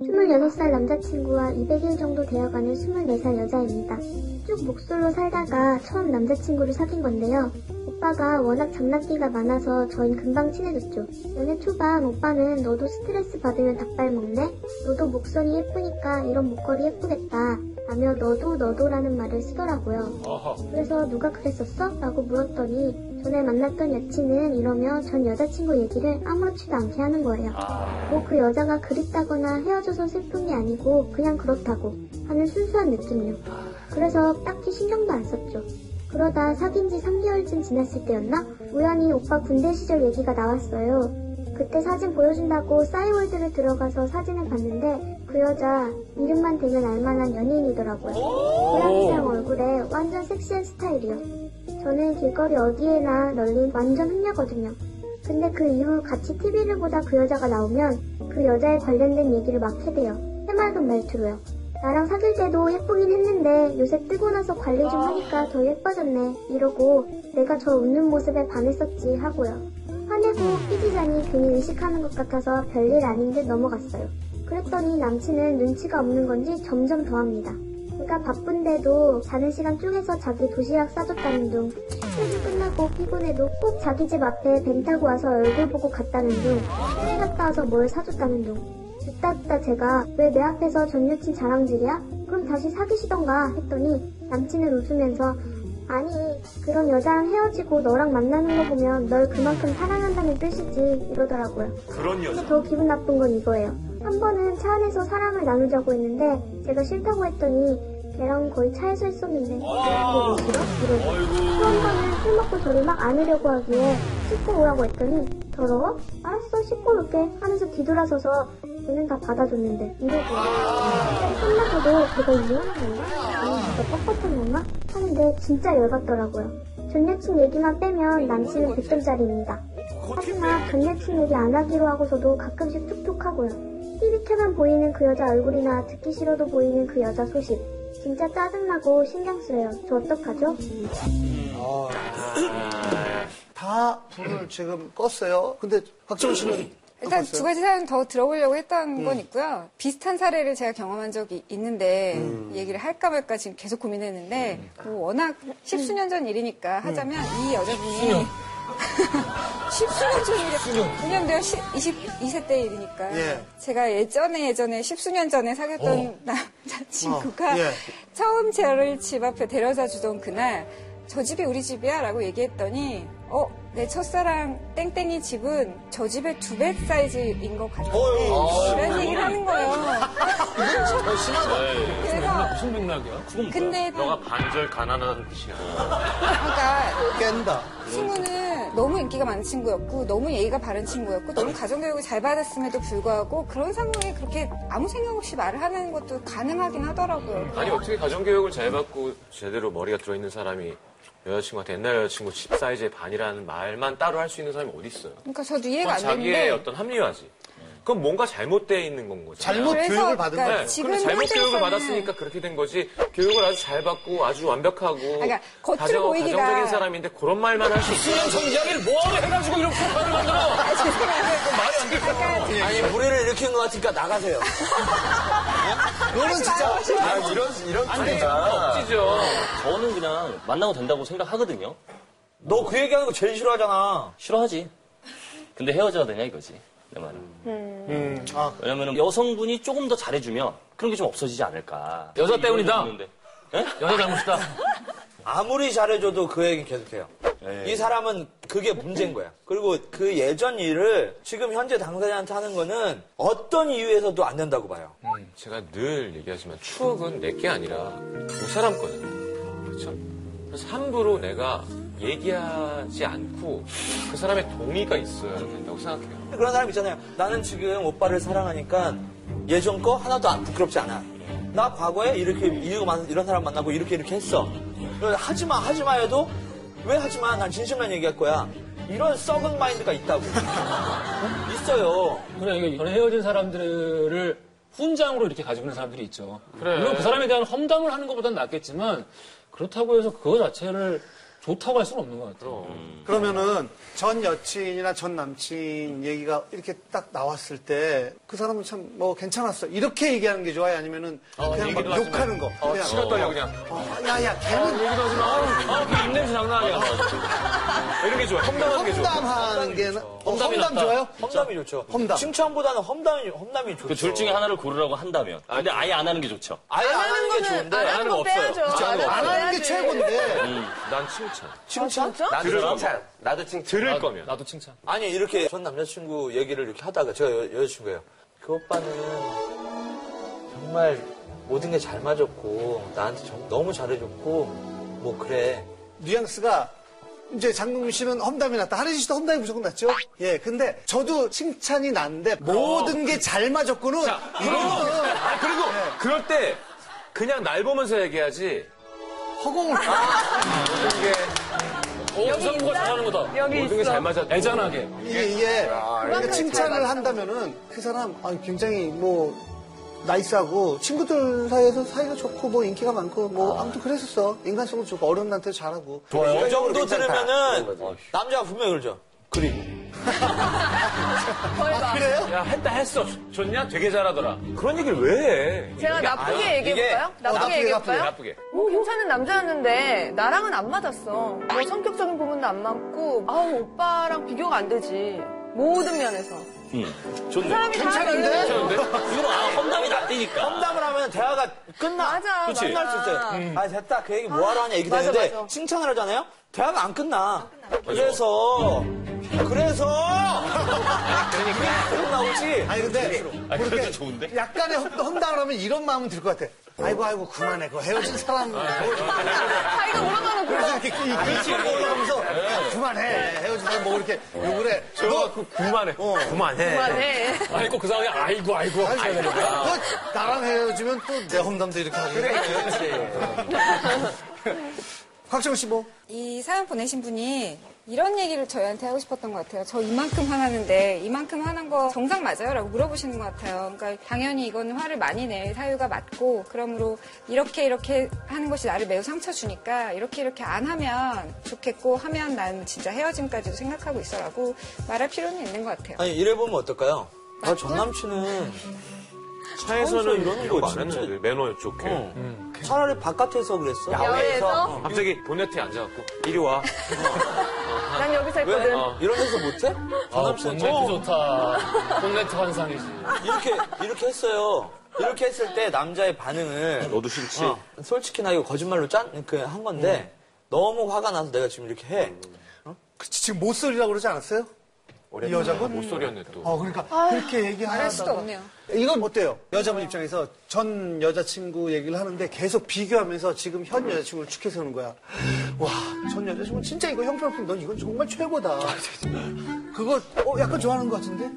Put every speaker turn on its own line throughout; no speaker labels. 26살 남자친구와 200일 정도 되어가는 24살 여자입니다. 쭉 목솔로 살다가 처음 남자친구를 사귄 건데요. 오빠가 워낙 장난기가 많아서 저희 금방 친해졌죠. 연애 초반 오빠는 너도 스트레스 받으면 닭발 먹네? 너도 목소리 예쁘니까 이런 목걸이 예쁘겠다. 라며 너도 너도라는 말을 쓰더라고요.
어허.
그래서 누가 그랬었어? 라고 물었더니 전에 만났던 여친은 이러며 전 여자친구 얘기를 아무렇지도 않게 하는 거예요.
아,
뭐 그 여자가 그립다거나 헤어져서 슬픈 게 아니고 그냥 그렇다고 하는 순수한 느낌이요. 그래서 딱히 신경도 안 썼죠. 그러다 사귄 지 3개월쯤 지났을 때였나? 우연히 오빠 군대 시절 얘기가 나왔어요. 그때 사진 보여준다고 싸이월드를 들어가서 사진을 봤는데 그 여자 이름만 대면 알만한 연예인이더라고요. 고양이장 얼굴에 완전 섹시한 스타일이요. 저는 길거리 어디에나 널린 완전 흥녀거든요. 근데 그 이후 같이 TV를 보다 그 여자가 나오면 그 여자에 관련된 얘기를 막 해대요. 해맑은 말투로요. 나랑 사귈 때도 예쁘긴 했는데 요새 뜨고 나서 관리 좀 하니까 더 예뻐졌네 이러고 내가 저 웃는 모습에 반했었지 하고요. 화내고 삐지자니 괜히 의식하는 것 같아서 별일 아닌 듯 넘어갔어요. 그랬더니 남친은 눈치가 없는 건지 점점 더합니다. 그가 바쁜데도 자는 시간 쪼개서 자기 도시락 싸줬다는 둥 출근 끝나고 피곤해도 꼭 자기 집 앞에 벤 타고 와서 얼굴 보고 갔다는 둥 해외 갔다 와서 뭘 사줬다는 둥 듣다 듣다 제가 왜 내 앞에서 전 여친 자랑질이야? 그럼 다시 사귀시던가 했더니 남친은 웃으면서 아니 그런 여자랑 헤어지고 너랑 만나는 거 보면 널 그만큼 사랑한다는 뜻이지 이러더라고요.
그런
근데
여자.
더 기분 나쁜 건 이거예요. 한 번은 차 안에서 사랑을 나누자고 했는데 제가 싫다고 했더니 걔랑 거의 차에서 했었는데
아.
그게 왜 싫어? 이러고 또
아이고.
한 번은 술 먹고 저를 막 안으려고 하기에 씻고 오라고 했더니 더러워? 알았어 씻고 올게 하면서 뒤돌아서서 걔는 다 받아줬는데 이러고 끝나고도 걔가 이혼한 건가? 아니 진짜 뻣뻣한 건가? 하는데 진짜 열받더라고요. 전 여친 얘기만 빼면 남친은 100점짜리입니다. 하지만 전 여친 얘기 안 하기로 하고서도 가끔씩 툭툭하고요. TV 켜만 보이는 그 여자 얼굴이나 듣기 싫어도 보이는 그 여자 소식. 진짜 짜증나고 신경 쓰여요. 저 어떡하죠?
다 불을 지금 껐어요. 근데 박지원 씨는
일단
어떠세요?
두 가지 사연 더 들어보려고 했던 건 있고요. 비슷한 사례를 제가 경험한 적이 있는데 이 얘기를 할까 말까 지금 계속 고민했는데 뭐 워낙 십수년 전 일이니까 하자면 이 여자분이 음. 십수년 전 일이에요. 왜냐면 시, 22세 때 일이니까
예.
제가 예전에 예전에 십수년 전에 사귀었던 남자친구가
어, 예.
처음 저를 집 앞에 데려다 주던 그날 저 집이 우리 집이야 라고 얘기했더니 어? 내 첫사랑 땡땡이 집은 저 집의 두 배 사이즈인 것 같아 이런 얘기를 하는 거예요 그래서
네, 무슨 맥락이야? 그건
근데
너가 반절 가난하다는 뜻이야.
그러니까
깬다.
그 친구는 너무 인기가 많은 친구였고 너무 예의가 바른 친구였고 너무 가정교육을 잘 받았음에도 불구하고 그런 상황에 그렇게 아무 생각 없이 말을 하는 것도 가능하긴 하더라고요
아니 어떻게 가정교육을 잘 받고 제대로 머리가 들어있는 사람이 여자친구한테 옛날 여자친구 집 사이즈의 반이라는 말만 따로 할 수 있는 사람이 어디 있어요?
그러니까 저도
그건
이해가 안
자기의
되는데
어떤 합리화지. 그건 뭔가 잘못되어 있는 건 거지.
잘못 교육을 받은
그러니까
거예요.
지금
그럼 잘못
현대에서는-
교육을 받았으니까 그렇게 된 거지. 교육을 아주 잘 받고 아주 완벽하고
그러니까 겉으로
가정,
보이기가-
가정적인 사람인데 그런 말만 할 수 있어.
성장을 뭐하러 해가지고 이런 폭발을 만들어?
아,
말이 안 돼. 아니 불의를 일으킨 것 같으니까 나가세요.
너는 예? 진짜
아, 이런 이런
네.
분이다.
죠
저는 그냥 만나고 된다고 생각하거든요.
너 그 얘기하는 거 제일 싫어하잖아.
싫어하지. 근데 헤어져야 되냐 이거지. 내 말은.
아.
왜냐면 여성분이 조금 더 잘해주면 그런 게 좀 없어지지 않을까.
여자 때문이다.
있는데.
여자 잘못이다. 아무리 잘해줘도 그 얘기 계속해요.
예.
이 사람은 그게 문제인 거야. 그리고 그 예전 일을 지금 현재 당사자한테 하는 거는 어떤 이유에서도 안 된다고 봐요.
음, 제가 늘 얘기하지만 추억은 내게 아니라 두 사람 거잖아요. 그렇죠? 그래서 함부로 내가 얘기하지 않고 그 사람의 동의가 있어야 된다고 생각해요.
그런 사람 있잖아요. 나는 지금 오빠를 사랑하니까 예전 거 하나도 안 부끄럽지 않아. 나 과거에 이렇게 이유가 많은 이런 사람 만나고 이렇게 이렇게 했어. 하지마 하지마 해도 왜 하지마 난 진심만 얘기할 거야. 이런 썩은 마인드가 있다고. 있어요.
그래, 그러니까 이게 전에 헤어진 사람들을 훈장으로 이렇게 가지고 있는 사람들이 있죠. 물론 그 사람에 대한 험담을 하는 것보다는 낫겠지만 그렇다고 해서 그거 자체를 좋다고 할 수는 없는 것 같아요.
그러면은 전 여친이나 전 남친 얘기가 이렇게 딱 나왔을 때 그 사람은 참 뭐 괜찮았어 이렇게 얘기하는 게 좋아요 아니면은
어,
그냥 막
하지 마.
욕하는 거
어,
그냥
치가 떨려 그냥.
어, 야야 걔는
얘기도 하지 마. 아우, 아우, 입냄새 장난 아니야. 이런 게 좋아. 험담하는 게 좋아.
험담하는 게 나- 어,
험담이
험담
낫다.
좋아요?
험담이 좋죠.
험담.
칭찬보다는 험담이 험담이 좋죠.
그 둘 중에 하나를 고르라고 한다면. 근데 아예 안 하는 게 좋죠.
아예 안 하는 게 좋은데
안 하는 거 없어요. 음,
안 하는 안 하는 음, 게 아, 최고인데 아,
난 칭찬.
칭찬?
나도
칭찬. 나도 칭찬.
들을
나도-
거면.
나도 칭찬.
아니 이렇게 전 남자친구 얘기를 이렇게 하다가 제가 여, 여자친구예요. 그 오빠는 정말 모든 게 잘 맞았고 나한테 정- 너무 잘해줬고 뭐 그래
뉘앙스가 이제 장동민 씨는 험담이 났다. 하리지 씨도 험담이 무조건 났죠? 예, 근데 저도 칭찬이 났는데 모든 게 잘 맞았고는 이거는
아, 그리고 그럴 때 그냥 날 보면서 얘기하지. 아,
허공을
어, 그 사람 누가 잘하는 거다.
모든 게 잘 맞았다.
애잔하게.
이게, 이게 그러니까
잘
칭찬을 한다면은 그 사람 아, 굉장히 뭐 나이스하고 친구들 사이에서 사이가 좋고 뭐 인기가 많고 뭐 아무튼 그랬었어 인간성도 좋고 어려운 나한테 잘하고
이 정도 들으면은 남자가 분명히 울죠. 그리고
아 그래요?
야, 했다 했어. 좋냐? 되게 잘하더라. 그런 얘기를 왜 해?
제가 나쁘게 얘기해볼까요?
어, 나쁘게,
나쁘게 얘기해볼까요?
나쁘게.
뭐 괜찮은 남자였는데 나랑은 안 맞았어. 뭐 성격적인 부분도 안 맞고 아우 오빠랑 비교가 안 되지. 모든 면에서.
음. 좋네.
사람이 다
괜찮은데?
그-
이거는 아, 험담이 낫대니까.
험담을 하면 대화가 끝나.
맞아,
그치?
맞아.
끝날 수 있어요. 아, 됐다. 그 얘기 뭐하러 하냐. 얘기
맞아,
되는데,
맞아.
칭찬을 하잖아요? 대화가 안 끝나. 그래서, 그래서! 그러니까. 계속 나오지.
아니 근데 그렇게 약간의 험- 험담을 하면 이런 마음은 들 것 같아 아이고 아이고 그만해 그 헤어진 사람
자기가 울어가는 거.
그래서 이렇게 이렇게 올라오면서 야, 그만해 헤어진 사람 뭐 이렇게 욕을 해
너
어.
그만해. 그만해.
그만해.
아니, 꼭그 상황에 아이고, 아이고.
아니, 너 나랑 헤어지면 또 내 험담도 이렇게 하고. 그래, 곽정 씨 뭐?
이 사연 보내신 분이 이런 얘기를 저희한테 하고 싶었던 것 같아요. 저 이만큼 화나는데 이만큼 화난 거 정상 맞아요? 라고 물어보시는 것 같아요. 그러니까 당연히 이건 화를 많이 낼 사유가 맞고 그러므로 이렇게 이렇게 하는 것이 나를 매우 상처 주니까 이렇게 이렇게 안 하면 좋겠고 하면 난 진짜 헤어짐까지도 생각하고 있어라고 말할 필요는 있는 것 같아요.
아니, 이래보면 어떨까요? 아, 전 남친은 차에서는 이러는 거 진짜.
많았는데, 아, 그렇죠. 매너 좋게.
어.
차라리 바깥에서 그랬어.
야외에서
갑자기 본네트에 앉아갖고, 이리 와.
난 여기서
왜? 어.
했거든.
이런 데서 못해? 전
아,
남친은 어,
본네트 좋다. 본네트 환상이지.
이렇게, 이렇게 했어요. 이렇게 했을 때 남자의 반응을.
너도 싫지?
어, 솔직히 나 이거 거짓말로 짠, 그, 한 건데, 너무 화가 나서 내가 지금 이렇게 해.
그 지금 못 소리라고 그러지 않았어요? 이 여자분?
목소리였네, 또.
어, 그러니까 그렇게 얘기하다가
알 수도 없네요.
이건 어때요? 여자분 입장에서 전 여자친구 얘기를 하는데 계속 비교하면서 지금 현 여자친구를 축해 서는 거야. 와, 전 여자친구는 진짜 이거 형편없으면 넌 이건 정말 최고다. 그거 어, 약간 좋아하는 것 같은데?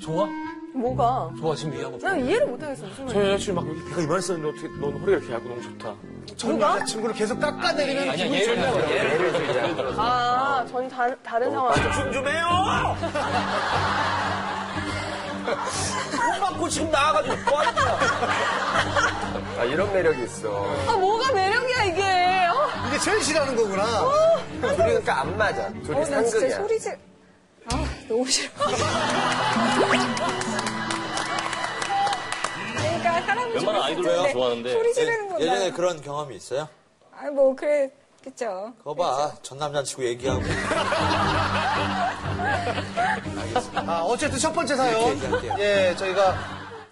좋아?
뭐가?
좋아, 지금 이해하고.
난 이해를 못하겠어 무슨 말이야.
저 여자친구 막, 내가 이만 썼는데 어떻게, 넌 허리가 이렇게 하고 너무 좋다.
전 여자친구를 계속 깎아내리는
아니야,
기분이
예를
좋냐고.
들어. 예를 들어.
아, 전 다,
어,
다른 상황.
집중 좀 해요! 돈 받고 지금 나와가지고 뭐 하는 거야?
아, 이런 매력이 있어.
아, 뭐가 매력이야, 이게. 어?
이게 제일 싫어하는 거구나.
둘이 그러니까 안 맞아. 둘이
어, 난 진짜
상극이야.
소리 질. 아, 너무 싫어. 그러니까 사람
웬만한 아이돌
좋아요.
좋아하는데.
소리 지르는 건
예전에
난-
그런 경험이 있어요?
아, 뭐 그랬겠죠.
그거 봐. 전 남자친구 얘기하고
아, 어쨌든 첫 번째 사연.
이렇게 얘기할게요.
예, 저희가